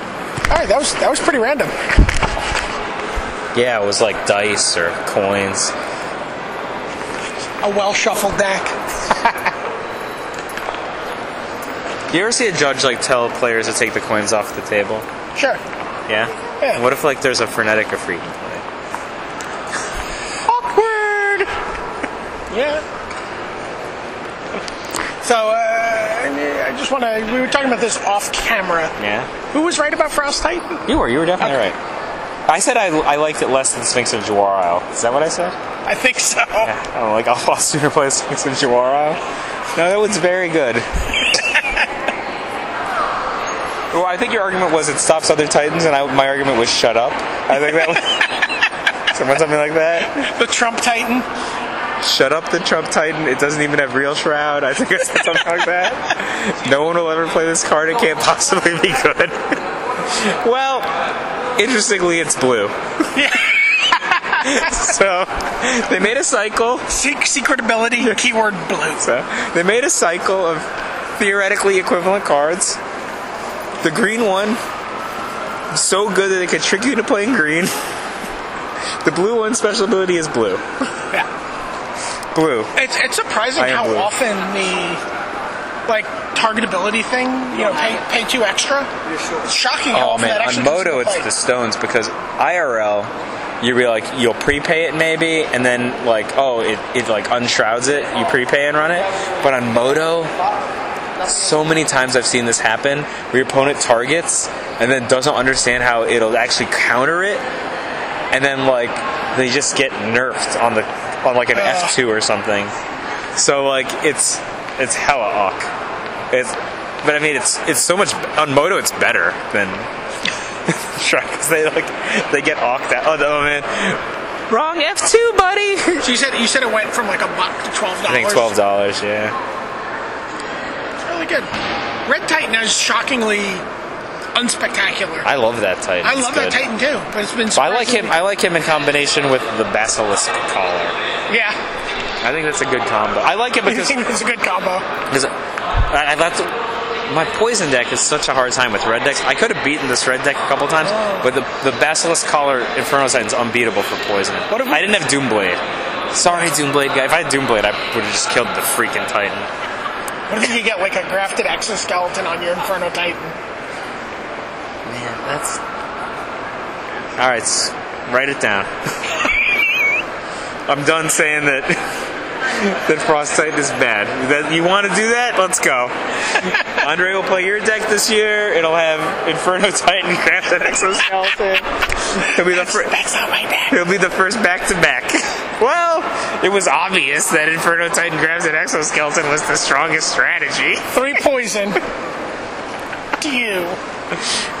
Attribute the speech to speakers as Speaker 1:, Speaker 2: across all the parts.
Speaker 1: right. That was that was pretty random.
Speaker 2: Yeah, it was like dice or coins.
Speaker 3: A well shuffled deck.
Speaker 2: You ever see a judge like tell players to take the coins off the table?
Speaker 1: Sure.
Speaker 2: Yeah.
Speaker 1: Yeah.
Speaker 2: What if like there's a frenetic or freaking play?
Speaker 1: Awkward. Yeah. So uh, I I just want to. We were talking about this off camera.
Speaker 2: Yeah.
Speaker 1: Who was right about Frost Titan?
Speaker 2: You were. You were definitely right. I said I, I liked it less than Sphinx and Juwarao. Is that what I said?
Speaker 1: I think so.
Speaker 2: I don't know, like I'll sooner play Sphinx and Juwarao. No, that one's very good. well, I think your argument was it stops other Titans, and I, my argument was shut up. I think that was. Someone something like that.
Speaker 1: The Trump Titan.
Speaker 2: Shut up the Trump Titan. It doesn't even have real shroud. I think I said something like that. No one will ever play this card. It can't possibly be good. well, interestingly, it's blue. so they made a cycle.
Speaker 3: Seek secret ability, keyword blue.
Speaker 2: So they made a cycle of theoretically equivalent cards. The green one, so good that it could trick you to playing green. The blue one special ability is blue.
Speaker 1: Yeah.
Speaker 2: Blue.
Speaker 1: It's, it's surprising
Speaker 2: I am
Speaker 1: how
Speaker 2: blue.
Speaker 1: often the like targetability thing, you know, pay pay two extra. It's shocking how
Speaker 2: Oh
Speaker 1: often
Speaker 2: man,
Speaker 1: that actually
Speaker 2: on
Speaker 1: comes into
Speaker 2: Moto it's
Speaker 1: play.
Speaker 2: the stones because IRL you be like you'll prepay it maybe and then like oh it, it like unshrouds it, you prepay and run it. But on Moto so many times I've seen this happen where your opponent targets and then doesn't understand how it'll actually counter it and then like they just get nerfed on the on like an F two or something. So like it's it's hella awk. It's but I mean it's it's so much on Moto it's better than Shrek. They like they get awked out. Oh no, man, wrong F two, buddy.
Speaker 1: So you said you said it went from like a buck to twelve dollars.
Speaker 2: I think twelve dollars. Yeah.
Speaker 1: Really good. Red Titan is shockingly unspectacular. I,
Speaker 2: I love that Titan. It's
Speaker 1: love that
Speaker 2: good.
Speaker 1: Titan too, but it's been.
Speaker 2: But I like him.
Speaker 1: surprisingly-
Speaker 2: I like him in combination with the basilisk collar.
Speaker 1: yeah,
Speaker 2: I think that's a good combo. I like him
Speaker 1: I
Speaker 2: because
Speaker 1: think it's a good combo.
Speaker 2: Because I, I left my poison deck is such a hard time with red decks. I could have beaten this red deck a couple times, but the the basilisk collar inferno titan's unbeatable for poison. What if I didn't have Doomblade? Sorry, Doomblade guy. If I had Doomblade, I would have just killed the freaking titan.
Speaker 1: What if you get like a grafted exoskeleton on your Inferno Titan?
Speaker 2: Man, that's all right. s- Write it down. I'm done saying that that Frost Titan is bad. That you want to do that? Let's go. Andre will play your deck this year. It'll have Inferno Titan, Grafted Exoskeleton. He'll be the fir-
Speaker 1: That's not my bad.
Speaker 2: It'll be the first back to back. Well, it was obvious that Inferno Titan grabs an exoskeleton was the strongest strategy.
Speaker 1: Three poison. to you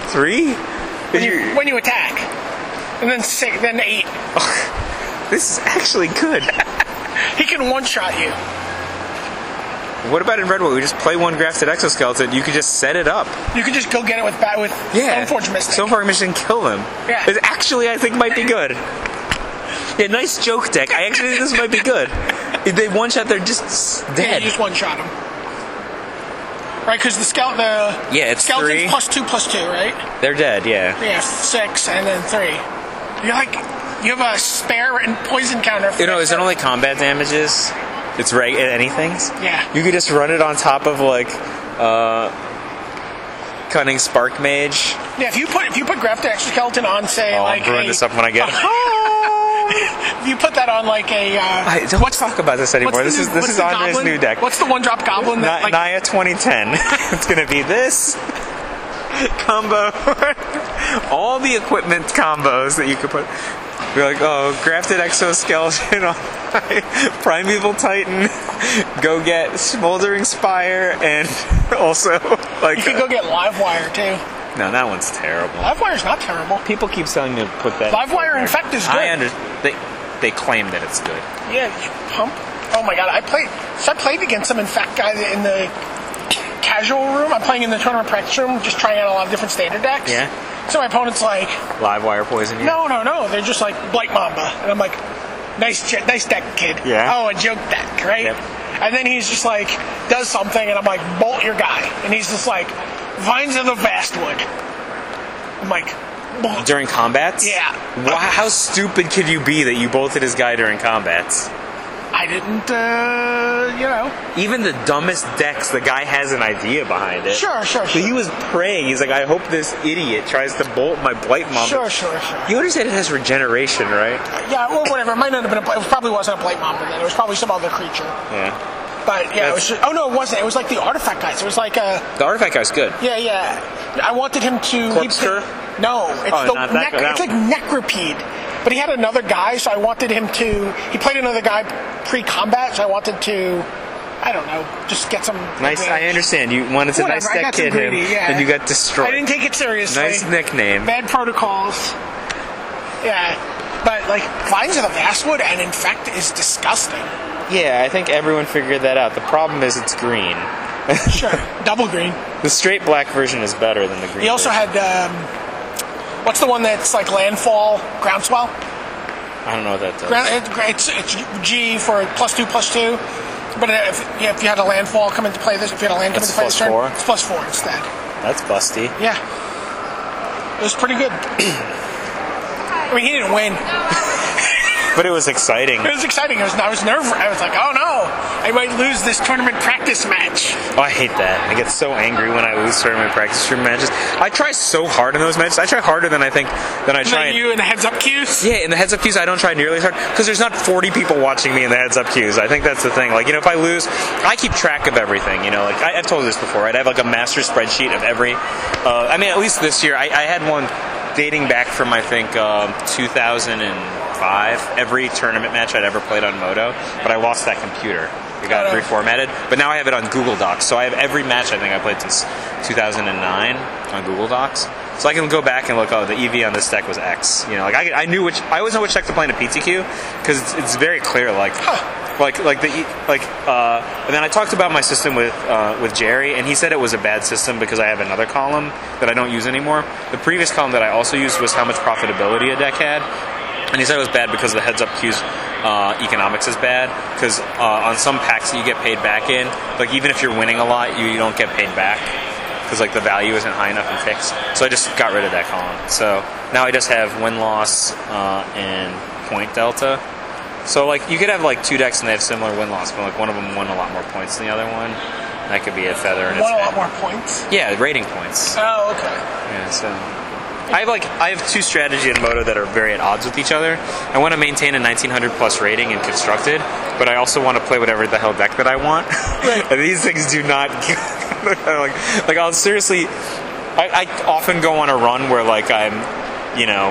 Speaker 2: Three?
Speaker 1: when you when you attack, and then six, then eight.
Speaker 2: This is actually good.
Speaker 1: He can one shot you.
Speaker 2: What about in Red White? We just play one grafted exoskeleton. You could just set it up.
Speaker 1: You can just go get it with bat with Stoneforge Mystic.
Speaker 2: Stoneforge Mission, kill them.
Speaker 1: Yeah.
Speaker 2: It actually, I think might be good. Yeah, nice joke deck. I actually think this might be good. If they one shot, they're just s-
Speaker 1: yeah,
Speaker 2: dead.
Speaker 1: you just one shot him. Right, because the scout the
Speaker 2: Yeah, it's
Speaker 1: skeleton's
Speaker 2: three.
Speaker 1: plus two plus two, right?
Speaker 2: They're dead. Yeah.
Speaker 1: Yeah, six and then three. You're like you have a spare and poison counter. for
Speaker 2: You know,
Speaker 1: that
Speaker 2: is it
Speaker 1: turn.
Speaker 2: only combat damages? It's right at anything's.
Speaker 1: Yeah.
Speaker 2: You could just run it on top of like, uh, cunning spark mage.
Speaker 1: Yeah, if you put if you put grafted exoskeleton on, say
Speaker 2: Oh,
Speaker 1: like
Speaker 2: I'm brewing
Speaker 1: a-
Speaker 2: this up when I get.
Speaker 1: if you put that on like a. Uh,
Speaker 2: I don't
Speaker 1: what's
Speaker 2: talk about this
Speaker 1: what's
Speaker 2: anymore.
Speaker 1: the
Speaker 2: This
Speaker 1: new-
Speaker 2: is this
Speaker 1: what's
Speaker 2: is
Speaker 1: the
Speaker 2: Andre's
Speaker 1: goblin-
Speaker 2: new deck.
Speaker 1: What's the one drop goblin that
Speaker 2: Ni-
Speaker 1: like
Speaker 2: Naya 2010. it's gonna be this combo, all the equipment combos that you could put. You're like, oh, grafted exoskeleton on primeval titan. Go get smoldering spire and also like.
Speaker 1: you could go get Livewire too?
Speaker 2: no, that one's terrible.
Speaker 1: Livewire's not terrible.
Speaker 2: People keep telling me to put that.
Speaker 1: Livewire Infect is good.
Speaker 2: I under. They they claim that it's good.
Speaker 1: Yeah, you pump. Oh my god, I played. So I played against some infect guy in the casual room. I'm playing in the tournament practice room, just trying out a lot of different standard decks.
Speaker 2: Yeah.
Speaker 1: So my opponent's like,
Speaker 2: Live wire poison. you?
Speaker 1: no, no, no. They're just like Blight Mamba, and I'm like, nice, j- nice deck, kid.
Speaker 2: Yeah.
Speaker 1: Oh, a joke deck, right?
Speaker 2: Yep.
Speaker 1: And then he's just like, does something, and I'm like, bolt your guy, and he's just like, vines of the fastwood. I'm like, "Whoa."
Speaker 2: during combats?
Speaker 1: Yeah.
Speaker 2: Wha how stupid could you be that you bolted his guy during combats?
Speaker 1: I didn't, uh, you know.
Speaker 2: Even the dumbest decks, the guy has an idea behind it.
Speaker 1: Sure, sure,
Speaker 2: So
Speaker 1: sure.
Speaker 2: he was praying. He's like, I hope this idiot tries to bolt my blight mom.
Speaker 1: Sure, sure, sure.
Speaker 2: You understand it has regeneration, right?
Speaker 1: Yeah, well, whatever. It might not have been a. bla- It probably wasn't a blight mom, but then it was probably some other creature.
Speaker 2: Yeah.
Speaker 1: But yeah, it was
Speaker 2: That's-
Speaker 1: just, oh no, it wasn't. It was like the artifact guys. It was like a.
Speaker 2: The artifact guy's good.
Speaker 1: Yeah, yeah. I wanted him to. he
Speaker 2: Corpsker?
Speaker 1: picked- no, it's
Speaker 2: Oh,
Speaker 1: the
Speaker 2: not that-
Speaker 1: nec-
Speaker 2: that
Speaker 1: it's like necropede. But he had another guy, so I wanted him to. He played another guy pre-combat, so I wanted to. I don't know, just get some.
Speaker 2: Nice. I understand. You wanted to
Speaker 1: Whatever,
Speaker 2: nice
Speaker 1: I
Speaker 2: deck
Speaker 1: got too
Speaker 2: kid him,
Speaker 1: greedy, yeah.
Speaker 2: and you got destroyed.
Speaker 1: I didn't take it seriously.
Speaker 2: nice nickname.
Speaker 1: Bad protocols. Yeah, but like vines of the basswood and infect is disgusting.
Speaker 2: Yeah, I think everyone figured that out. The problem is it's green.
Speaker 1: Sure, double green.
Speaker 2: The straight black version is better than the green.
Speaker 1: He also
Speaker 2: version.
Speaker 1: had um, what's the one that's like landfall groundswell?
Speaker 2: I don't know what that does.
Speaker 1: Ground, it, it's, it's G for plus two plus two. But if, yeah, if you had a landfall come into play this, if you had a land come
Speaker 2: It's
Speaker 1: into play this
Speaker 2: plus
Speaker 1: turn,
Speaker 2: four.
Speaker 1: it's plus four instead.
Speaker 2: That's busty.
Speaker 1: Yeah, it was pretty good. I mean, he didn't win.
Speaker 2: But it was exciting.
Speaker 1: It was exciting. It was, I was nervous. I was like, oh no, I might lose this tournament practice match.
Speaker 2: Oh, I hate that. I get so angry when I lose tournament practice room matches. I try so hard in those matches. I try harder than I think than I
Speaker 1: And
Speaker 2: try.
Speaker 1: then
Speaker 2: in-
Speaker 1: you in the heads up cues.
Speaker 2: yeah, in the heads up cues, I don't try nearly as hard because there's not 40 people watching me in the heads up cues. I think that's the thing. Like, you know, if I lose, I keep track of everything. You know, like I, I've told you this before, right? I have like a master spreadsheet of every. Uh, I mean, at least this year, I, I had one dating back from I think um, 2005. Every tournament match I'd ever played on Moto, but I lost that computer. It got
Speaker 1: Oh, no.
Speaker 2: reformatted, but now I have it on Google Docs. So I have every match I think I played since 2009 on Google Docs. So I can go back and look. Oh, the EV on this deck was X. You know, like I, I knew which. I always know which deck to play in a PTQ because it's, it's very clear. Like, like, like the E- like. Uh, and then I talked about my system with uh, with Jerry, and he said it was a bad system because I have another column that I don't use anymore. The previous column that I also used was how much profitability a deck had. And he said it was bad because the heads up cues uh, economics is bad because uh, on some packs that you get paid back in, like even if you're winning a lot, you, you don't get paid back because like the value isn't high enough and fixed. So I just got rid of that column. So now I just have win loss uh, and point delta. So like you could have like two decks and they have similar win loss, but like one of them won a lot more points than the other one. That could be a feather in its
Speaker 1: Won a lot
Speaker 2: head.
Speaker 1: more points.
Speaker 2: Yeah, rating points.
Speaker 1: Oh, okay.
Speaker 2: Yeah, so I have like I have two strategy and moto that are very at odds with each other. I want to maintain a 1900 plus rating in constructed, but I also want to play whatever the hell deck that I want. and these things do not like like I'll seriously. I, I often go on a run where like I'm, you know,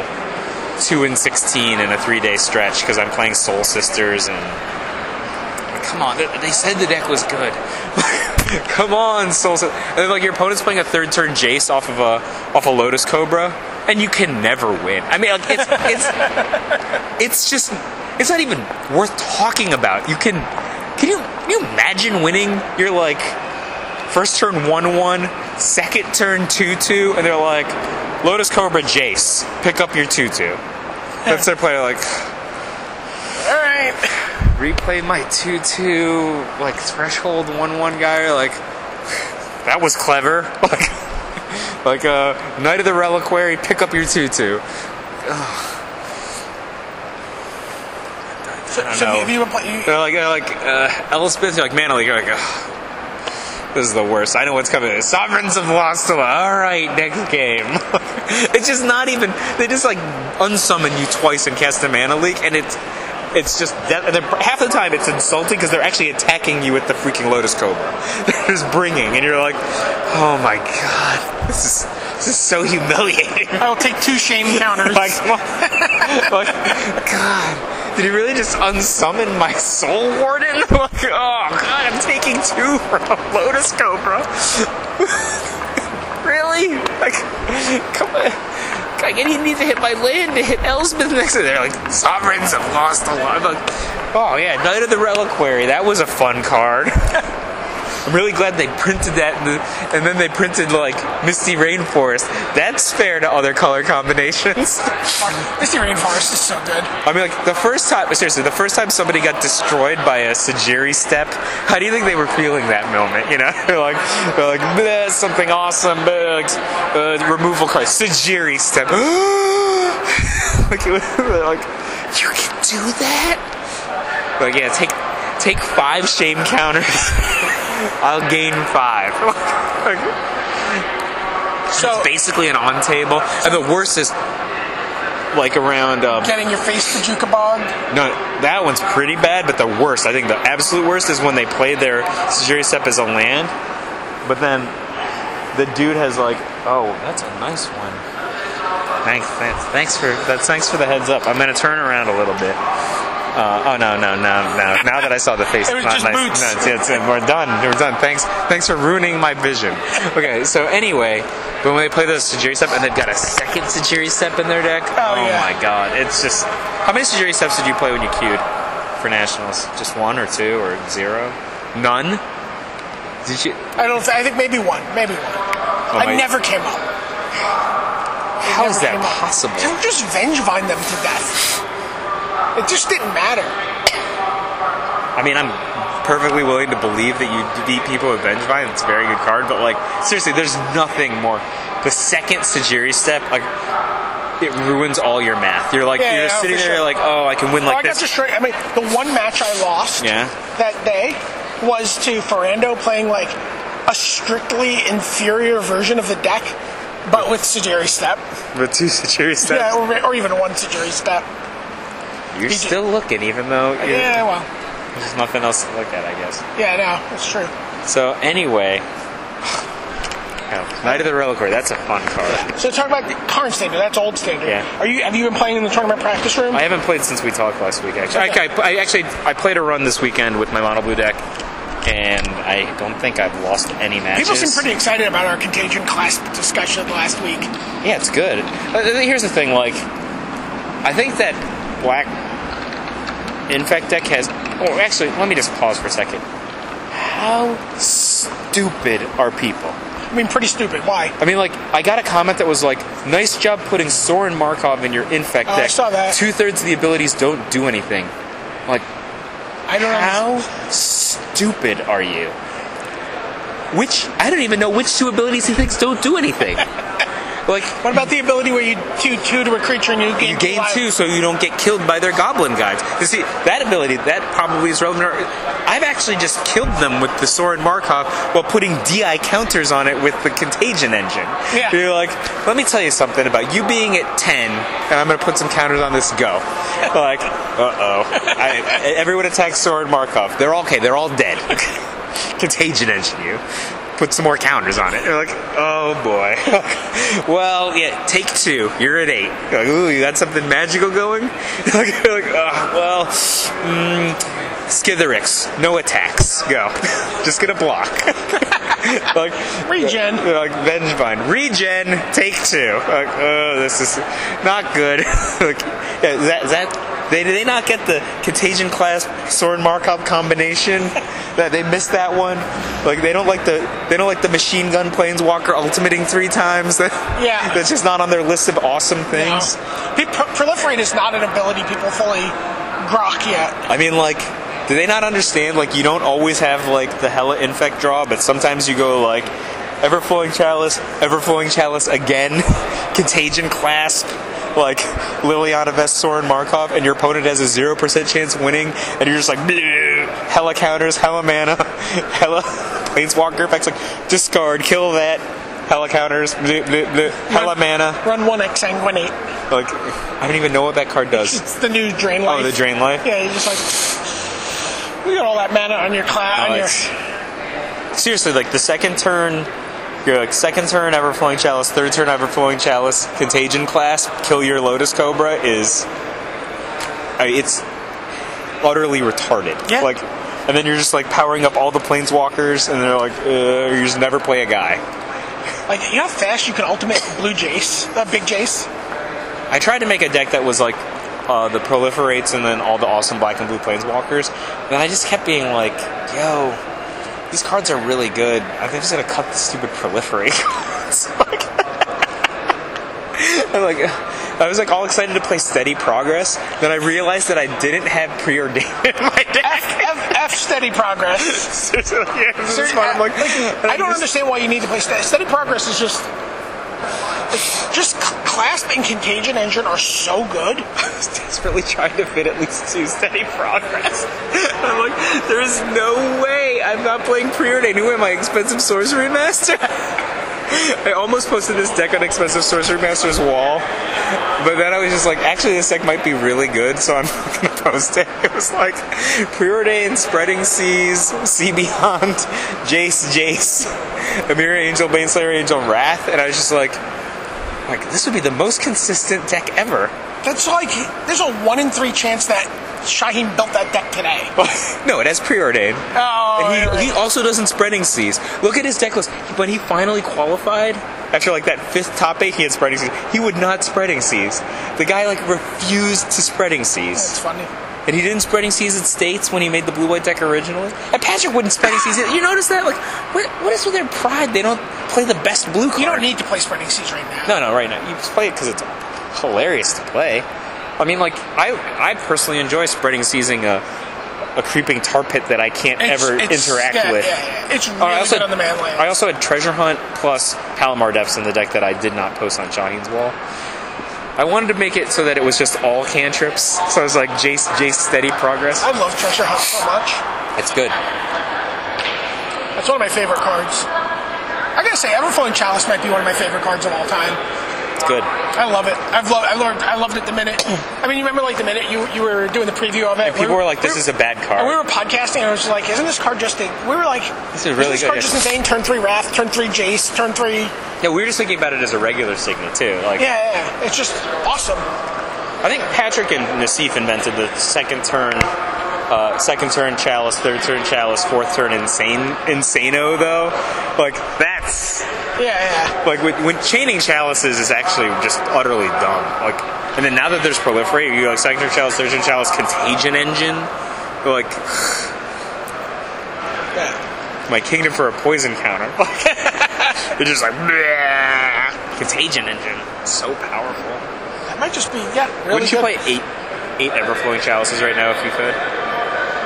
Speaker 2: two and sixteen in a three day stretch because I'm playing Soul Sisters and. Come on, they, they said the deck was good. Come on, Soul Sisters. And then, like your opponent's playing a third turn Jace off of a off a Lotus Cobra, and you can never win. I mean, like it's it's it's just it's not even worth talking about. You can can you can you imagine winning? You're like first turn one one, second turn two two, and they're like Lotus Cobra Jace, pick up your two two. That's their player like
Speaker 1: All right.
Speaker 2: replay my 2-2 like threshold 1-1 guy like that was clever like like uh knight of the reliquary pick up your 2-2
Speaker 1: So,
Speaker 2: don't
Speaker 1: so
Speaker 2: know.
Speaker 1: if you were play, you,
Speaker 2: they're like they're like uh elspeth you're like manly you're like Ugh. This is the worst. I know what's coming. Sovereigns of Lostala. All right, next game. it's just not even. They just like unsummon you twice and cast a mana leak, and it's it's just that. And they're- half the time it's insulting because they're actually attacking you with the freaking Lotus Cobra. They're just bringing, and you're like, oh my god, this is this is so humiliating.
Speaker 1: I will take two shame counters.
Speaker 2: Like, like, God, did he really just unsummon my soul warden? Like, oh God, I'm taking two from a Lotus Cobra. really? Like, come on. I didn't need to hit my land to hit Elspeth next to there. Like, sovereigns have lost a lot. I'm like, oh yeah, Knight of the Reliquary. That was a fun card. I'm really glad they printed that, in the, and then they printed like Misty Rainforest. That's fair to other color combinations.
Speaker 1: Misty Rainforest is so good.
Speaker 2: I mean, like the first time, seriously, the first time somebody got destroyed by a Sajiri step, how do you think they were feeling that moment? You know, they're like, they're like, "Bleh, something awesome, bleh, like, uh, removal card, Sajiri step. like, it was, they're like, you can do that? Like, yeah, take take five shame counters. I'll gain five. like,
Speaker 1: So
Speaker 2: it's basically an on table, and the worst is like around. Um,
Speaker 1: getting your face to Juka Bog.
Speaker 2: no, that one's pretty bad, but the worst, I think the absolute worst is when they play their Sajiri Step as a land, but then the dude has like, oh, that's a nice one. Thanks, thanks, thanks for that's thanks for the heads up. I'm gonna turn around a little bit. Uh, oh no, no, no, no! Now that I saw the face,
Speaker 1: It was
Speaker 2: it's not
Speaker 1: just
Speaker 2: nice.
Speaker 1: boots.
Speaker 2: No, it's- it's- we're done. We're done. Thanks, thanks for ruining my vision. Okay, so anyway, but when they play the Sajiri Step and they've got a second Sajiri Step in their deck,
Speaker 1: Oh, yeah.
Speaker 2: my god, it's just. How many Sajiri steps did you play when you queued for nationals? Just one or two or zero? None. Did you?
Speaker 1: I don't. I think maybe one. Maybe one. I
Speaker 2: Oh, my-
Speaker 1: never came up.
Speaker 2: How is
Speaker 1: Never
Speaker 2: that
Speaker 1: came up.
Speaker 2: possible?
Speaker 1: Don't just venge vine them to death. It just didn't matter.
Speaker 2: I mean, I'm perfectly willing to believe that you beat people with Vengevine. It's a very good card, but like seriously, there's nothing more. The second Sajiri step, like it ruins all your math. You're like
Speaker 1: Yeah,
Speaker 2: you're
Speaker 1: yeah, oh,
Speaker 2: sitting
Speaker 1: for
Speaker 2: there
Speaker 1: sure.
Speaker 2: like, oh, I can win like
Speaker 1: I got
Speaker 2: this.
Speaker 1: to straight. I mean, the one match I lost
Speaker 2: Yeah.
Speaker 1: that day was to Ferrando playing like a strictly inferior version of the deck, but with Sajiri step.
Speaker 2: With two Sajiri steps,
Speaker 1: Yeah, or, or even one Sajiri step.
Speaker 2: you're still looking, even though you
Speaker 1: Yeah, well,
Speaker 2: there's nothing else to look at, I guess.
Speaker 1: yeah, no, it's true.
Speaker 2: So anyway, Oh, Knight of the Reliquary. That's a fun card.
Speaker 1: So talk about current standard. That's old standard.
Speaker 2: Yeah.
Speaker 1: Are you? Have you been playing in the tournament practice room?
Speaker 2: I haven't played since we talked last week. Actually,
Speaker 1: Okay.
Speaker 2: I, I actually I played a run this weekend with my mono blue deck, and I don't think I've lost any matches.
Speaker 1: People seem pretty excited about our contagion class discussion last week.
Speaker 2: Yeah, it's good. Uh, here's the thing, like, I think that black infect deck has. Oh, actually, let me just pause for a second. How stupid are people?
Speaker 1: I mean, pretty stupid. Why?
Speaker 2: I mean, like, I got a comment that was like, nice job putting Soren Markov in your infect
Speaker 1: Oh, I
Speaker 2: deck.
Speaker 1: saw that.
Speaker 2: Two thirds of the abilities don't do anything. I'm Like,
Speaker 1: I don't know.
Speaker 2: how stupid are you? Which, I don't even know which two abilities he thinks don't do anything. like,
Speaker 1: What about the ability where you do two to a creature and you gain,
Speaker 2: you gain
Speaker 1: life?
Speaker 2: two so you don't get killed by their goblin guides. You see, that ability, that probably is relevant. I've actually just killed them with the Soren Markov while putting DI counters on it with the Contagion engine.
Speaker 1: Yeah.
Speaker 2: You're like, let me tell you something about you being at 10, and I'm going to put some counters on this go. like, uh-oh. I, everyone attacks Soren Markov. They're all, okay, they're all dead. Contagion engine you. Put some more counters on it. You're like, oh boy. well, yeah, take two. You're at eight. You're like, ooh, you got something magical going? Like, you're like, oh, well, mm, Skitherix, no attacks. Go. Just gonna block. like
Speaker 1: Regen.
Speaker 2: uh, like Vengevine. Regen, take two. Like, oh, this is not good. like, yeah, that that they did they not get the Contagion class Sword Markov combination? that they missed that one. Like they don't like the they don't like the machine gun planeswalker ultimating three times. That,
Speaker 1: Yeah.
Speaker 2: that's just not on their list of awesome
Speaker 1: No.
Speaker 2: things.
Speaker 1: Oh. Pe- pro- proliferate is not an ability people fully grok yet.
Speaker 2: I mean, like, do they not understand? Like, you don't always have like the Hella Infect draw, but sometimes you go like Everflowing Chalice, Everflowing Chalice again, Contagion Clasp, like Liliana Vest, Soren Markov, and your opponent has a zero percent chance of winning, and you're just like "Bleh." Hella counters, Hella mana, Hella Planeswalker effects, like discard, kill that. Hella counters, bleh, bleh, bleh, hella mana.
Speaker 1: Run one exsanguinate.
Speaker 2: Like, I don't even know what that card does.
Speaker 1: It's the new drain life.
Speaker 2: Oh, the drain life.
Speaker 1: Yeah, you're just like you got all that mana on your class. on your,
Speaker 2: Oh, it's- seriously, like the second turn, you're like second turn Everflowing Chalice, third turn Everflowing Chalice, Contagion Clasp, kill your Lotus Cobra is, I mean, it's utterly retarded.
Speaker 1: Yeah.
Speaker 2: Like, and then you're just like powering up all the Planeswalkers, and they're like, uh, you just never play a guy.
Speaker 1: like you know how fast you can ultimate blue jace, uh, big jace.
Speaker 2: I tried to make a deck that was like uh, the proliferates and then all the awesome black and blue Planeswalkers, and I just kept being like, yo. these cards are really good. I think I'm just gonna cut the stupid proliferate. cards. I'm like, I was like all excited to play Steady Progress. Then I realized that I didn't have preordained in my
Speaker 1: F,
Speaker 2: deck.
Speaker 1: F, F steady progress.
Speaker 2: Seriously, yeah, this is
Speaker 1: Ser-
Speaker 2: fun. I'm like, and
Speaker 1: I don't
Speaker 2: just-
Speaker 1: understand why you need to play steady. Steady progress is just. it's Just C- Clasp and Contagion Engine are so good.
Speaker 2: I was desperately trying to fit at least two steady progress. And I'm like, there is no way I'm not playing preordained. Who am I, expensive sorcery master? I almost posted this deck on expensive sorcery master's wall, but then I was just like, actually, this deck might be really good, so I'm not gonna post it. It was like preordained, spreading seas, sea beyond, Jace, Jace, Amir Angel, Baneslayer Angel, Wrath, and I was just like, like this would be the most consistent deck ever.
Speaker 1: That's like there's a one in three chance that Shaheen built that deck today.
Speaker 2: no, it has preordained.
Speaker 1: Oh,
Speaker 2: And he,
Speaker 1: right, right.
Speaker 2: he also doesn't spreading seas. Look at his deck list. When he finally qualified after like that fifth top eight, he had spreading seas. He would not spreading seas. The guy like refused to spreading
Speaker 1: That's
Speaker 2: seas,
Speaker 1: funny.
Speaker 2: and he didn't spreading seas at states when he made the blue white deck originally. And Patrick wouldn't spreading seas. either. You notice that? Like, what, what is with their pride? They don't play the best blue card.
Speaker 1: You don't need to play Spreading Seas right now.
Speaker 2: No, no, right now. You just play it because it's hilarious to play. I mean, like, I, I personally enjoy spreading seizing a, a creeping tar pit that I can't
Speaker 1: It's-
Speaker 2: ever
Speaker 1: it's-
Speaker 2: interact
Speaker 1: yeah,
Speaker 2: with.
Speaker 1: yeah, yeah. It's really
Speaker 2: Oh, I, also,
Speaker 1: good on the man
Speaker 2: I
Speaker 1: land.
Speaker 2: also had Treasure Hunt plus Palomar Depths in the deck that I did not post on Shaheen's wall. I wanted to make it so that it was just all cantrips. So I was like, Jace, Jace, steady progress.
Speaker 1: I, love Treasure Hunt so much.
Speaker 2: It's good.
Speaker 1: That's one of my favorite cards. I gotta say, Everflowing Chalice might be one of my favorite cards of all time.
Speaker 2: It's good.
Speaker 1: I love it. I've loved. I loved. I loved it the minute. I mean, you remember like the minute you you were doing the preview of it. And
Speaker 2: people were like, this is a bad card.
Speaker 1: And we were podcasting, and I was like, isn't this card just? A, we were like,
Speaker 2: This is really
Speaker 1: this
Speaker 2: good.
Speaker 1: card just insane. Turn three Wrath. Turn three Jace. Turn three.
Speaker 2: Yeah, we were just thinking about it as a regular signet, too. Like,
Speaker 1: Yeah, yeah, yeah. it's just awesome.
Speaker 2: I think Patrick and Nasif invented the second turn, uh, second turn chalice, third turn chalice, fourth turn insane insano though. Like that's
Speaker 1: Yeah, yeah.
Speaker 2: like with, when chaining chalices is actually just utterly dumb. Like and then now that there's proliferate, you go, like second turn chalice, third turn chalice, contagion engine. Like my kingdom for a poison counter. They're just like "Bleh." contagion engine, so powerful.
Speaker 1: That might just be yeah. Really
Speaker 2: Wouldn't you
Speaker 1: good.
Speaker 2: play eight eight everflowing chalices right now if you could?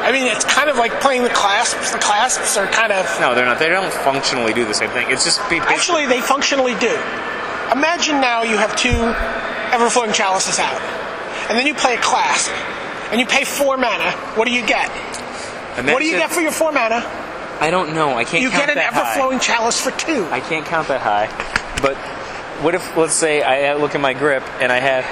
Speaker 1: I mean, it's kind of like playing the clasps. The clasps are kind of
Speaker 2: No, they're not. They don't functionally do the same thing. It's just be-
Speaker 1: actually they functionally do. Imagine now you have two Everflowing Chalices out, and then you play a clasp, and you pay four mana. What do you get?
Speaker 2: Imagine-
Speaker 1: What do you get for your four mana?
Speaker 2: I don't know. I can't.
Speaker 1: You
Speaker 2: count
Speaker 1: get an
Speaker 2: that high.
Speaker 1: Everflowing Chalice for two.
Speaker 2: I can't count that high. But what if, let's say, I uh, look at my grip and I have,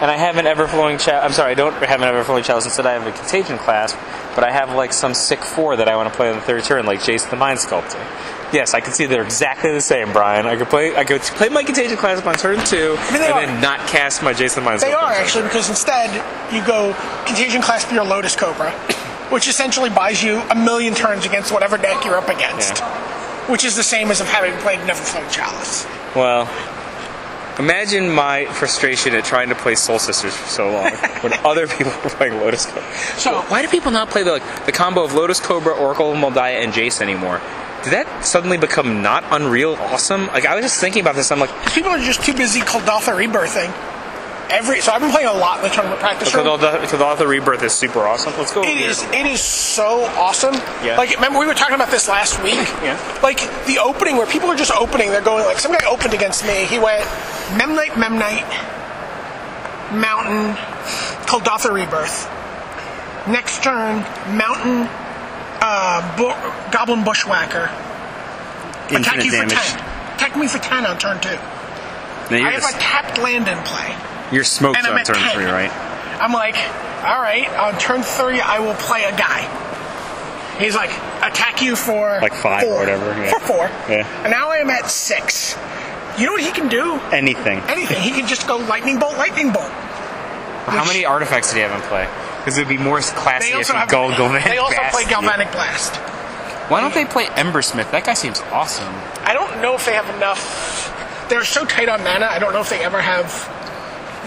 Speaker 2: and I have an everflowing chalice. I'm sorry, I don't have an everflowing chalice. Instead, I have a contagion clasp. But I have like some sick four that I want to play on the third turn, like Jason the Mind Sculptor. Yes, I can see they're exactly the same, Brian. I could play, I could play my contagion clasp on turn two,
Speaker 1: mean, they
Speaker 2: and
Speaker 1: are.
Speaker 2: then not cast my Jason the Mind
Speaker 1: they
Speaker 2: Sculptor.
Speaker 1: are actually because instead you go Contagion Clasp your Lotus Cobra, which essentially buys you a million turns against whatever deck you're up against.
Speaker 2: Yeah.
Speaker 1: Which is the same as of having played an Everflowing Chalice.
Speaker 2: Well, imagine my frustration at trying to play Soul Sisters for so long when other people were playing Lotus Cobra.
Speaker 1: So-
Speaker 2: why do people not play the like, the combo of Lotus Cobra, Oracle of Moldiah, and Jace anymore? Did that suddenly become not unreal awesome? Like I was just thinking about this. I'm like,
Speaker 1: People are just too busy Kaldotha rebirthing. Every so I've been playing a lot in the tournament practice room.
Speaker 2: because all the, 'cause all the rebirth is super awesome. Let's go.
Speaker 1: It is it is so awesome.
Speaker 2: Yeah.
Speaker 1: Like remember we were talking about this last week.
Speaker 2: Yeah.
Speaker 1: Like the opening where people are just opening, they're going like some guy opened against me. He went Memnite, Memnite, Mountain, Kaldotha Rebirth. Next turn, Mountain, uh, Bo- Goblin Bushwhacker. Attack you for ten. Attack me for ten on turn two.
Speaker 2: Now
Speaker 1: I
Speaker 2: you're,
Speaker 1: have a
Speaker 2: just,
Speaker 1: tapped land in play.
Speaker 2: you're smoked
Speaker 1: and I'm
Speaker 2: on
Speaker 1: at
Speaker 2: turn
Speaker 1: 10.
Speaker 2: three, right?
Speaker 1: I'm like, all right, on turn three, I will play a guy. He's like, attack you for
Speaker 2: Like five or
Speaker 1: four.
Speaker 2: whatever, yeah.
Speaker 1: For four.
Speaker 2: Yeah.
Speaker 1: And now I am at six. You know what he can do?
Speaker 2: Anything.
Speaker 1: Anything. He can just go lightning bolt, lightning bolt.
Speaker 2: How many artifacts did he have in play? Because it would be more classy
Speaker 1: They
Speaker 2: if
Speaker 1: also
Speaker 2: you
Speaker 1: have.
Speaker 2: go Galvanic
Speaker 1: they also play
Speaker 2: Blast.
Speaker 1: galvanic blast.
Speaker 2: Why don't they play Embersmith? That guy seems awesome.
Speaker 1: I don't know if they have enough. They're so tight on mana. I don't know if they ever have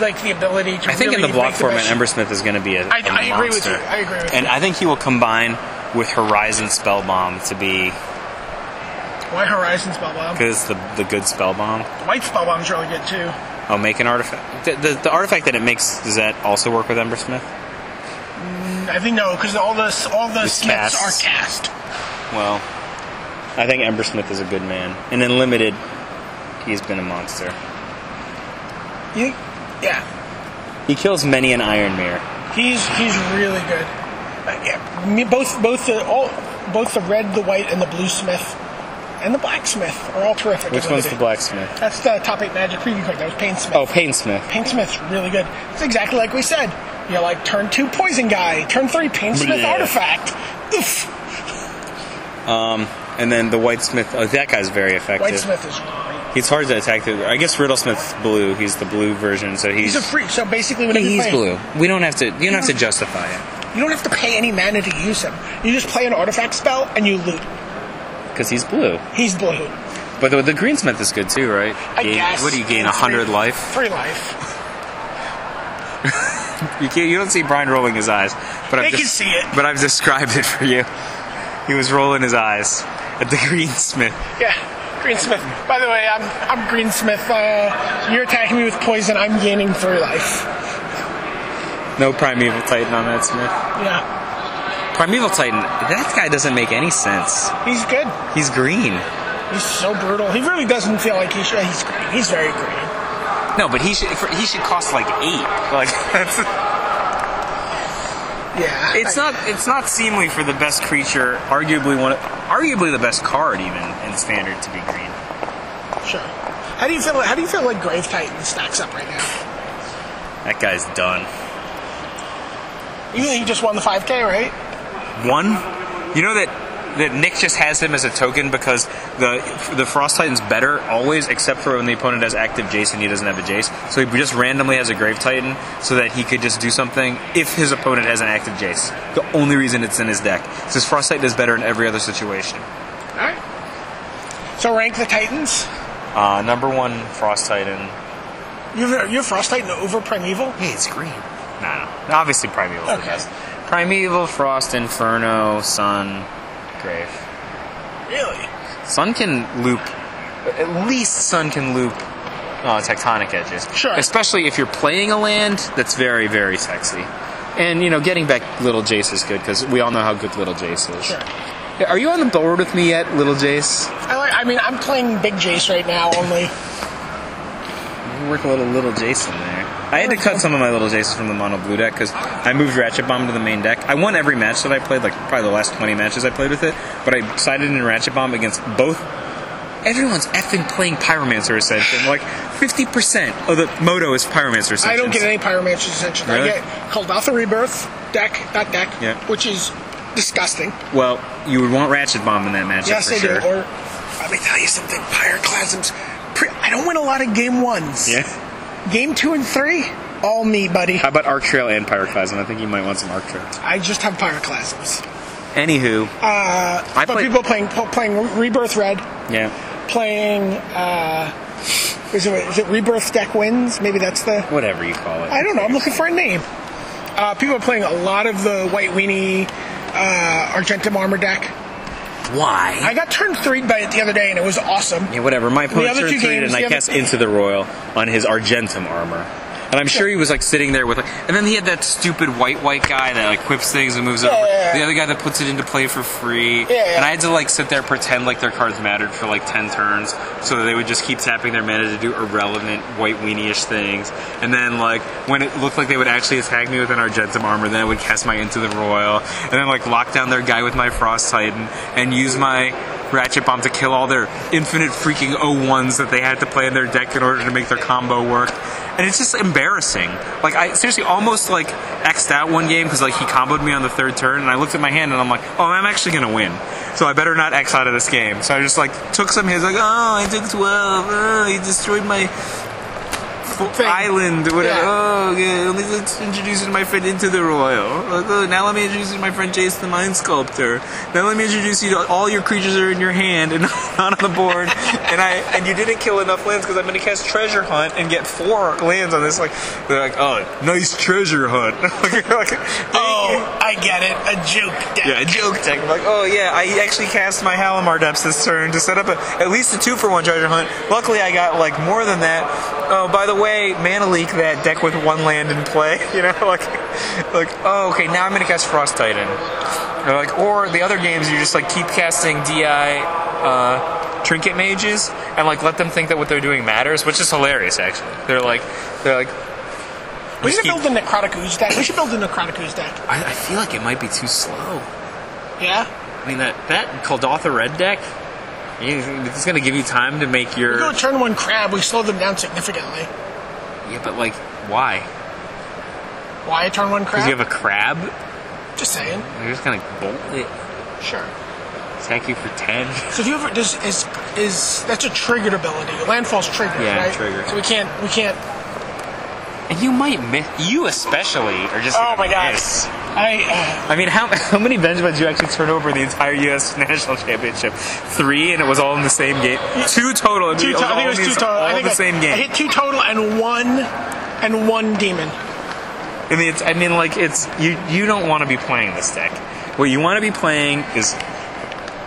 Speaker 1: like the ability to.
Speaker 2: I think
Speaker 1: really
Speaker 2: in the block
Speaker 1: make
Speaker 2: format,
Speaker 1: best-
Speaker 2: Embersmith is going to be a.
Speaker 1: I-
Speaker 2: a
Speaker 1: I agree with
Speaker 2: monster.
Speaker 1: you. I agree with
Speaker 2: and I think he will combine with Horizon Spell Bomb to be
Speaker 1: Why Horizon Spellbomb?
Speaker 2: because the the good Spell Bomb.
Speaker 1: White Spellbomb's really good too.
Speaker 2: Oh, make an artifact. The, the, the artifact that it makes does that also work with Ember Smith?
Speaker 1: I think no, because all the all the
Speaker 2: It's
Speaker 1: smiths
Speaker 2: cast.
Speaker 1: are cast.
Speaker 2: Well, I think Ember Smith is a good man, and in limited, he's been a monster.
Speaker 1: You, yeah,
Speaker 2: He kills many an Iron Mirror.
Speaker 1: he's he's really good. Uh, yeah, me- both both the all both the red, the white, and the blue smith, and the blacksmith are all terrific.
Speaker 2: Which one's the
Speaker 1: ability.
Speaker 2: blacksmith?
Speaker 1: That's the top eight magic preview card. That was Pain Smith.
Speaker 2: Oh, Pain Smith.
Speaker 1: Pain Smith's really good. It's exactly like we said. You're like turn two poison guy, turn three Pain Smith
Speaker 2: Bleh.
Speaker 1: artifact. Oof.
Speaker 2: And then the White Smith. Oh, that guy's very effective.
Speaker 1: White Smith is great.
Speaker 2: He's hard to attack. Through. I guess Riddle Smith's blue. He's the blue version, so he's
Speaker 1: He's a free. So basically, when
Speaker 2: Yeah, he's blue. We don't have to. You don't have to
Speaker 1: Yeah.
Speaker 2: justify it
Speaker 1: you don't have to pay any mana to use him. You just play an artifact spell and you loot.
Speaker 2: because he's blue.
Speaker 1: He's blue.
Speaker 2: But the, the Greensmith is good too, right?
Speaker 1: I
Speaker 2: Gain-
Speaker 1: guess.
Speaker 2: What do you gain?
Speaker 1: Three-
Speaker 2: hundred life.
Speaker 1: Three life.
Speaker 2: You can't, You don't see Brian rolling his eyes, but
Speaker 1: They
Speaker 2: I've
Speaker 1: can
Speaker 2: just-
Speaker 1: see it.
Speaker 2: But I've described it for you. He was rolling his eyes at the Greensmith.
Speaker 1: Yeah. Greensmith. By the way, I'm I'm Greensmith. Uh, you're attacking me with poison. I'm gaining three life.
Speaker 2: No primeval titan on that Smith.
Speaker 1: Yeah.
Speaker 2: Primeval titan. That guy doesn't make any sense.
Speaker 1: He's good.
Speaker 2: He's green.
Speaker 1: He's so brutal. He really doesn't feel like he should. He's green. He's very green.
Speaker 2: No, but he should. for- He should cost like eight. Like that's.
Speaker 1: Yeah.
Speaker 2: It's
Speaker 1: I-
Speaker 2: not. It's not seemly for the best creature. Arguably one. Arguably the best card even in standard to be green.
Speaker 1: Sure. How do you feel? How do you feel like Grave Titan stacks up right now?
Speaker 2: That guy's done.
Speaker 1: You think he just won the 5K, right?
Speaker 2: One. You know that that Nick just has him as a token because the the Frost Titan's better always, except for when the opponent has active Jace and he doesn't have a Jace. So he just randomly has a Grave Titan so that he could just do something if his opponent has an active Jace. The only reason it's in his deck. It's His Frost Titan is better in every other situation.
Speaker 1: All right. So rank the Titans.
Speaker 2: Uh, number one Frost Titan.
Speaker 1: You're you're Frost Titan over Primeval.
Speaker 2: Hey, it's green. No, no. Obviously, Primeval is the
Speaker 1: Okay.
Speaker 2: best. Primeval, Frost, Inferno, Sun, Grave.
Speaker 1: Really?
Speaker 2: Sun can loop. At least Sun can loop uh, tectonic edges.
Speaker 1: Sure.
Speaker 2: Especially if you're playing a land that's very, very sexy. And, you know, getting back Little Jace is good because we all know how good Little Jace is.
Speaker 1: Sure.
Speaker 2: Are you on the board with me yet, Little Jace?
Speaker 1: I like. I mean, I'm playing Big Jace right now only.
Speaker 2: Work a little little Jason there. I had to cut some of my little Jasons from the mono blue deck because I moved Ratchet Bomb to the main deck. I won every match that I played, like probably the last 20 matches I played with it, but I decided in Ratchet Bomb against both. Everyone's effing playing Pyromancer Ascension. Like 50% of the moto is Pyromancer Ascension.
Speaker 1: I don't get any Pyromancer's Ascension.
Speaker 2: Really?
Speaker 1: I get called Alpha Rebirth deck, that deck,
Speaker 2: Yeah.
Speaker 1: which is disgusting.
Speaker 2: Well, you would want Ratchet Bomb in that matchup
Speaker 1: yes,
Speaker 2: for
Speaker 1: I
Speaker 2: sure.
Speaker 1: do. Or let me tell you something. Pyroclasms. Pre- I don't win a lot of game ones.
Speaker 2: yeah.
Speaker 1: Game two and three, all me, buddy.
Speaker 2: How about Arc Trail and Pyroclasm? I think you might want some Arc Trail.
Speaker 1: I just have Pyroclasms.
Speaker 2: Anywho. Uh, I
Speaker 1: but
Speaker 2: play-
Speaker 1: people playing playing Rebirth Red,
Speaker 2: Yeah.
Speaker 1: playing uh, is it is it Rebirth deck wins? Maybe that's the
Speaker 2: Whatever you call it.
Speaker 1: I don't know. I'm looking for a name. Uh, people are playing a lot of the White Weenie uh, Argentum Armor deck.
Speaker 2: Why?
Speaker 1: I got turn three by it the other day and it was awesome.
Speaker 2: Yeah, whatever. My opponent
Speaker 1: other
Speaker 2: turned
Speaker 1: two
Speaker 2: three,
Speaker 1: games,
Speaker 2: and I
Speaker 1: the other-
Speaker 2: cast into the royal on his argentum armor. And I'm sure he was like sitting there with like, and then he had that stupid white white guy that like quips things and moves over.
Speaker 1: yeah, yeah.
Speaker 2: The other guy that puts it into play for free.
Speaker 1: yeah.
Speaker 2: And I had to like sit there and pretend like their cards mattered for like ten turns, so that they would just keep tapping their mana to do irrelevant white weenie-ish things. And then like when it looked like they would actually attack me with an argentum armor, then I would cast my into the royal, and then like lock down their guy with my frost titan and use my Ratchet Bomb to kill all their infinite freaking 01s that they had to play in their deck in order to make their combo work. And it's just embarrassing. Like, I seriously almost, like, X'd out one game because, like, he comboed me on the third turn, and I looked at my hand and I'm like, oh, I'm actually going to win. So I better not X out of this game. So I just, like, took some hits, like, oh, I took 12, oh, he destroyed my f-
Speaker 1: Thing.
Speaker 2: island, whatever.
Speaker 1: Yeah.
Speaker 2: Oh, yeah, let me let's introduce my friend into the royal. Like, oh, now let me introduce you to my friend Jace the Mind Sculptor. Now let me introduce you to all your creatures are in your hand and not on the board. and I and you didn't kill enough lands because I'm going to cast Treasure Hunt and get four lands on this. Like they're like, oh, nice Treasure Hunt. like, like, thank
Speaker 1: Oh, I get it. A juke deck.
Speaker 4: Yeah, a joke deck. I'm like, oh yeah, I actually cast my Halimar depths this turn to set up a, at least a two for one treasure hunt. Luckily, I got like more than that. Oh, by the way, mana leak that deck with one land in play. You know, like, like oh okay, now I'm gonna cast Frost Titan. Or like, or the other games you just like keep casting DI uh, trinket mages and like let them think that what they're doing matters, which is hilarious actually. They're like, they're like.
Speaker 1: We
Speaker 4: just
Speaker 1: should
Speaker 4: keep-
Speaker 1: build a necrotic ooze deck. We should build a necrotic ooze deck.
Speaker 2: I, I feel like it might be too slow.
Speaker 1: Yeah.
Speaker 2: I mean that that Kaldotha red deck, you- it's gonna give you time to make
Speaker 1: We go
Speaker 2: your
Speaker 1: to turn one crab. We slow them down significantly.
Speaker 2: yeah, but like why?
Speaker 1: Why a turn one crab?
Speaker 2: Because you have a crab,
Speaker 1: Just saying.
Speaker 2: they're just gonna bolt it,
Speaker 1: Sure.
Speaker 2: attack you for ten.
Speaker 1: So if you ever does is is that's a triggered ability. Landfall's triggered,
Speaker 2: Yeah,
Speaker 1: right?
Speaker 2: triggered.
Speaker 1: So we can't we can't.
Speaker 2: And you might miss you especially are just
Speaker 1: Oh
Speaker 2: gonna
Speaker 1: my god.
Speaker 2: miss.
Speaker 1: I uh,
Speaker 2: I mean, how, how many Benjamins you actually turn over the entire U.S. National Championship? Three, and it was all in the same game. Two total.
Speaker 1: uh, two.
Speaker 2: it was
Speaker 1: To- I
Speaker 2: all
Speaker 1: think it was
Speaker 2: these-
Speaker 1: two total.
Speaker 2: All
Speaker 1: I think
Speaker 2: the
Speaker 1: I-
Speaker 2: same
Speaker 1: I
Speaker 2: game.
Speaker 1: hit two total and one and one demon.
Speaker 2: I mean, it's, I mean, like it's you. You don't want to be playing this deck. What you want to be playing is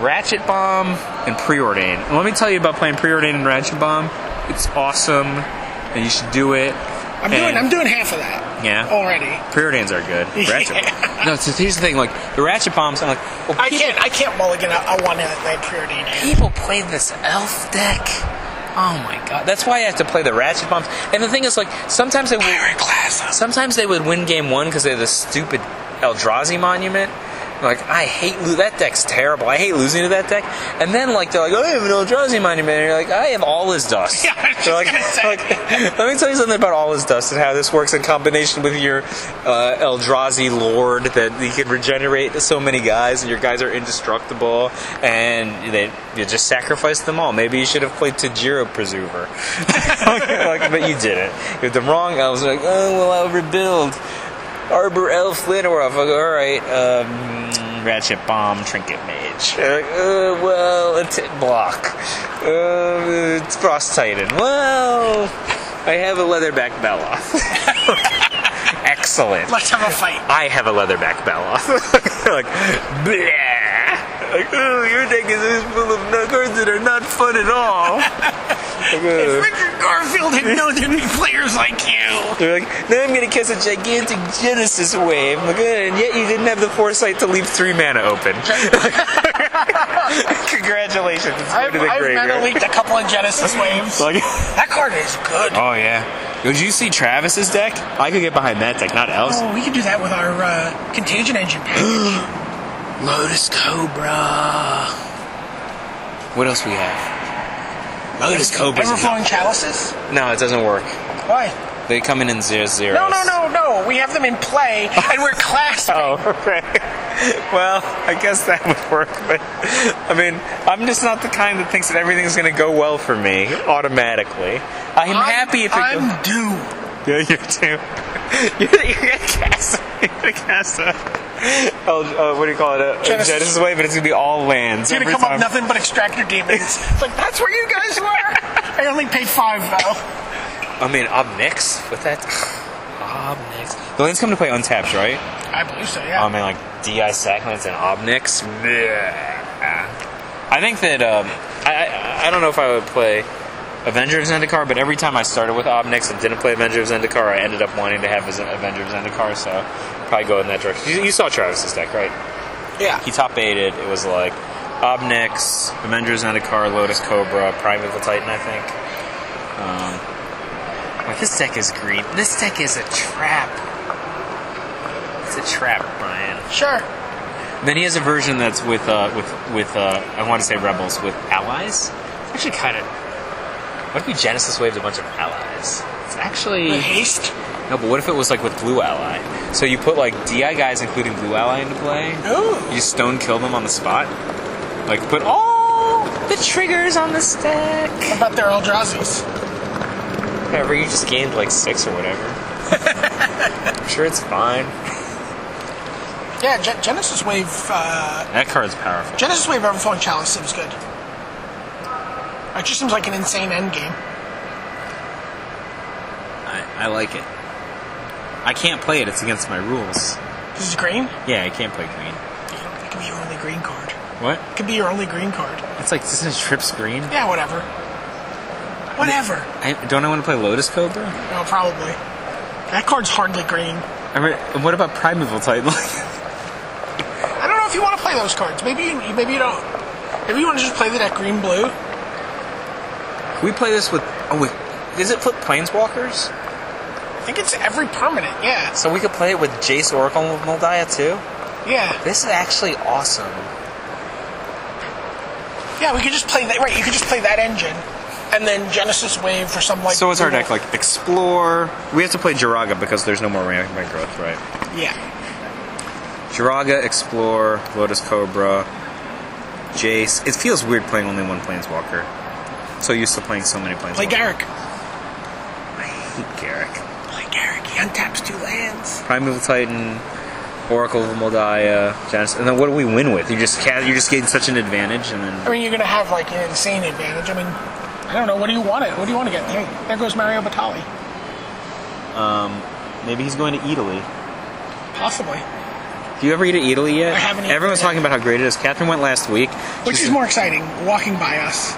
Speaker 2: Ratchet Bomb and Preordain. And let me tell you about playing Preordain and Ratchet Bomb. It's awesome, and you should do it.
Speaker 1: I'm doing I'm doing half of that
Speaker 2: Yeah.
Speaker 1: already.
Speaker 2: Preordains are good. Ratchet.
Speaker 1: Yeah.
Speaker 2: No, so here's the thing. Like the Ratchet Bombs, I'm like, well,
Speaker 1: I can't I can't mulligan a, a one night purity. hand.
Speaker 2: people play this elf deck. Oh my god, that's why I have to play the ratchet bombs. And the thing is, like sometimes they would, sometimes they would win game one because they had this stupid Eldrazi monument. Like I hate lo- that deck's terrible. I hate losing to that deck. And then like they're like, oh, I have an Eldrazi monument. And you're like, I have all his dust.
Speaker 1: Yeah, I was
Speaker 2: They're
Speaker 1: just gonna say.
Speaker 2: like, let me tell you something about all his dust and how this works in combination with your uh, Eldrazi Lord that you can regenerate so many guys and your guys are indestructible and they you just sacrifice them all. Maybe you should have played Tajiro Preserver, like, like, but you didn't. You had the wrong elves. Like, oh well, I'll rebuild Arbor Elf Lindorf. Like, all right, um, Ratchet Bomb Trinket Mage. Like, uh, well, a t- block. Uh, it's Frost Titan. Well, I have a leatherback Bella. Excellent.
Speaker 1: Let's have a fight.
Speaker 2: I have a leatherback Bella. like, bleh. Like, oh, your deck is full of no- cards that are not fun at all. Like, uh,
Speaker 1: Richard Garfield had known there'd be players like you.
Speaker 2: They're like, now I'm gonna cast a gigantic Genesis wave. I'm like, "Uh, and yet you didn't have the foresight to leave three mana open. Congratulations, it's going
Speaker 1: I've,
Speaker 2: to the
Speaker 1: I've
Speaker 2: graveyard.
Speaker 1: mana leaked a couple of Genesis waves.
Speaker 2: Like-
Speaker 1: that card is good.
Speaker 2: oh yeah. Did you see Travis's deck? I could get behind that deck, not Elle's.
Speaker 1: Oh, we could do that with our uh, contagion engine package.
Speaker 2: Lotus Cobra. What else we have? Oh, Lotus Cobra.
Speaker 1: Everflowing chalices?
Speaker 2: No, it doesn't work.
Speaker 1: Why?
Speaker 2: They come in in zero zeros.
Speaker 1: No, no, no, no. We have them in play, and we're class.
Speaker 2: Oh, okay. Well, I guess that would work, but I mean, I'm just not the kind that thinks that everything's going to go well for me automatically. I'm, happy if it
Speaker 1: I'm
Speaker 2: goes.
Speaker 1: due.
Speaker 2: Yeah, you too. You're, you're going to cast. You're going to cast a. Oh, uh, what do you call it? A, a
Speaker 1: Genesis.
Speaker 2: Genesis Wave, but it's going to be all
Speaker 1: It's
Speaker 2: lands.
Speaker 1: gonna
Speaker 2: every
Speaker 1: come
Speaker 2: time.
Speaker 1: up nothing but extractor demons. It's like that's where you guys were. I only paid five though.
Speaker 2: I mean, Obnix with that. Obnix. The lands come to play untapped, right?
Speaker 1: I believe so.
Speaker 2: I
Speaker 1: Yeah.
Speaker 2: mean, like Di Sacklands and Obnix. I think that um, I, I I don't know if I would play Avenger of Zendikar, but every time I started with Obnix and didn't play Avenger of Zendikar, I ended up wanting to have Az- Avenger of Zendikar, so probably go in that direction. You, you saw Travis's deck, right?
Speaker 1: yeah.
Speaker 2: He top aided. It was like Obnix, Avenger of Zendikar, Lotus Cobra, Primeval Titan, I think. Um, like this deck is green. This deck is a trap. It's a trap, Brian.
Speaker 1: Sure.
Speaker 2: Then he has a version that's with uh, with with uh, I want to say rebels with allies. It's actually kind of. What if we Genesis waved a bunch of allies? It's actually
Speaker 1: The haste.
Speaker 2: no, but what if it was like with blue ally? So you put like DI guys including blue ally into play.
Speaker 1: Ooh.
Speaker 2: You just stone kill them on the spot. Like put all the triggers on the stack.
Speaker 1: What about their Eldrazi's?
Speaker 2: Whatever. You just gained like six or whatever. I'm sure it's fine.
Speaker 1: Yeah. Gen- Genesis wave. Uh,
Speaker 2: That card's powerful.
Speaker 1: Genesis wave Everflowing chalice seems good. It just seems like an insane end game.
Speaker 2: I, I like it. I can't play it. It's against my rules.
Speaker 1: This is green?
Speaker 2: Yeah, I can't play green.
Speaker 1: It could be your only green card.
Speaker 2: What?
Speaker 1: It could be your only green card.
Speaker 2: It's like isn't Trips green?
Speaker 1: Yeah, whatever. Whatever.
Speaker 2: I don't I want to play Lotus Cobra?
Speaker 1: No, probably. That card's hardly green.
Speaker 2: I mean, and what about Primeval Titan?
Speaker 1: I don't know if you want to play those cards. Maybe you, maybe you don't. Maybe you want to just play the deck green blue.
Speaker 2: we play this with oh wait, is it flip Planeswalkers?
Speaker 1: I think it's every permanent. Yeah.
Speaker 5: So we could play it with Jace Oracle of Moldiah too.
Speaker 1: Yeah.
Speaker 5: This is actually awesome.
Speaker 1: Yeah, we could just play that. Right, you could just play that engine, and then Genesis Wave for some like.
Speaker 2: So what's our deck like? Explore. We have to play Jiraga because there's no more rank by growth, right?
Speaker 1: Yeah.
Speaker 2: Jiraga, Explore, Lotus Cobra, Jace. It feels weird playing only one Planeswalker. So used to playing so many Planeswalkers.
Speaker 1: Play Garrick.
Speaker 2: I hate Garrick.
Speaker 1: Play Garrick. He untaps two lands.
Speaker 2: Primeval Titan, Oracle of Moldiah, Genesis, and then what do we win with? You just ca- you just gain such an advantage, and
Speaker 1: I
Speaker 2: then
Speaker 1: mean, you're gonna have like an insane advantage. I mean, I don't know. What do you want? It. What do you want to get? There, there goes Mario Batali.
Speaker 2: maybe he's going to Italy.
Speaker 1: Possibly.
Speaker 2: Do you ever eat at Italy yet?
Speaker 1: I haven't eaten
Speaker 2: Everyone's
Speaker 1: yet.
Speaker 2: talking about how great it is. Catherine went last week.
Speaker 1: Which
Speaker 2: She's-
Speaker 1: is more exciting, walking by us?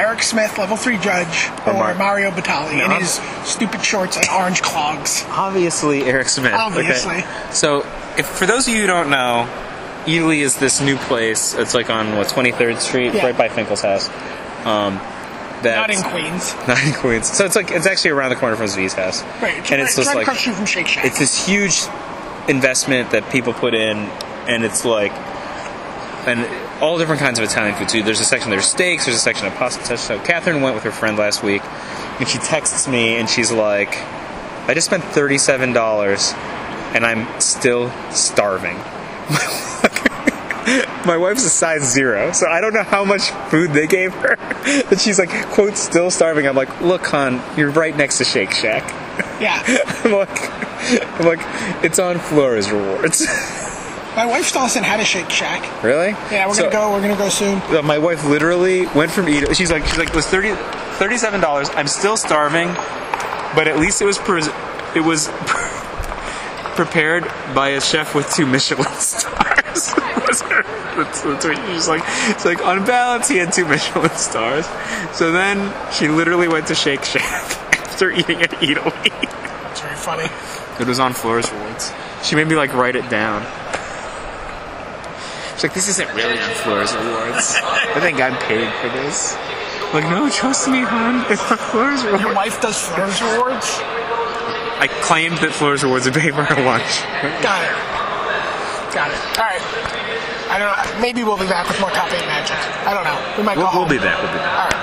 Speaker 1: Eric Smith, level three judge, or,
Speaker 2: Or Mar-
Speaker 1: Mario Batali
Speaker 2: No,
Speaker 1: in
Speaker 2: I'm-
Speaker 1: his stupid shorts and orange clogs.
Speaker 2: obviously Eric Smith. okay?
Speaker 1: Obviously.
Speaker 2: So, if for those of you who don't know, Ely is this new place. It's like on what 23rd Street,
Speaker 1: Yeah.
Speaker 2: right by Finkel's house. Um,
Speaker 1: Not
Speaker 2: that
Speaker 1: in Queens.
Speaker 2: not in Queens. So it's like it's actually around the corner from Z's house.
Speaker 1: Right. It's
Speaker 2: and it's
Speaker 1: right, right
Speaker 2: just like
Speaker 1: across the street from Shake Shack.
Speaker 2: it's this huge investment that people put in, and it's like, and all different kinds of Italian food too. There's a section there's steaks, there's a section of pasta. So Catherine went with her friend last week, and she texts me, and she's like, "I just spent thirty-seven dollars, and I'm still starving." My wife's a size zero, so I don't know how much food they gave her. And she's like, quote, still starving. I'm like, look, hon, you're right next to Shake Shack.
Speaker 1: yeah.
Speaker 2: I'm like, I'm like, it's on Flores Rewards.
Speaker 1: My wife still hasn't had a Shake Shack.
Speaker 2: really?
Speaker 1: Yeah, we're
Speaker 2: So-
Speaker 1: gonna go. We're gonna go soon.
Speaker 2: uh, My wife literally went from eating. She's like, she's like, it was 30, 37 dollars. I'm still starving, but at least it was pres it was prepared by a chef with two Michelin stars. That's her- that's- that's what she's like. It's like on balance, he had two Michelin stars. So then she literally went to Shake Shack after eating at Italy.
Speaker 1: It's very funny.
Speaker 2: It was on Flores Awards. She made me like write it down. She's like, this isn't really on Flores Awards. I think I'm paid for this. Like, no, trust me, hon. It's on Flores
Speaker 1: Your
Speaker 2: Awards.
Speaker 1: wife does Flores Awards.
Speaker 2: I claimed that Flores Awards would pay for her lunch.
Speaker 1: Got it. Got it. All right. I don't know. Maybe we'll be back with more top eight magic. I don't know. We might go home.
Speaker 2: back. We'll be back.
Speaker 1: All right.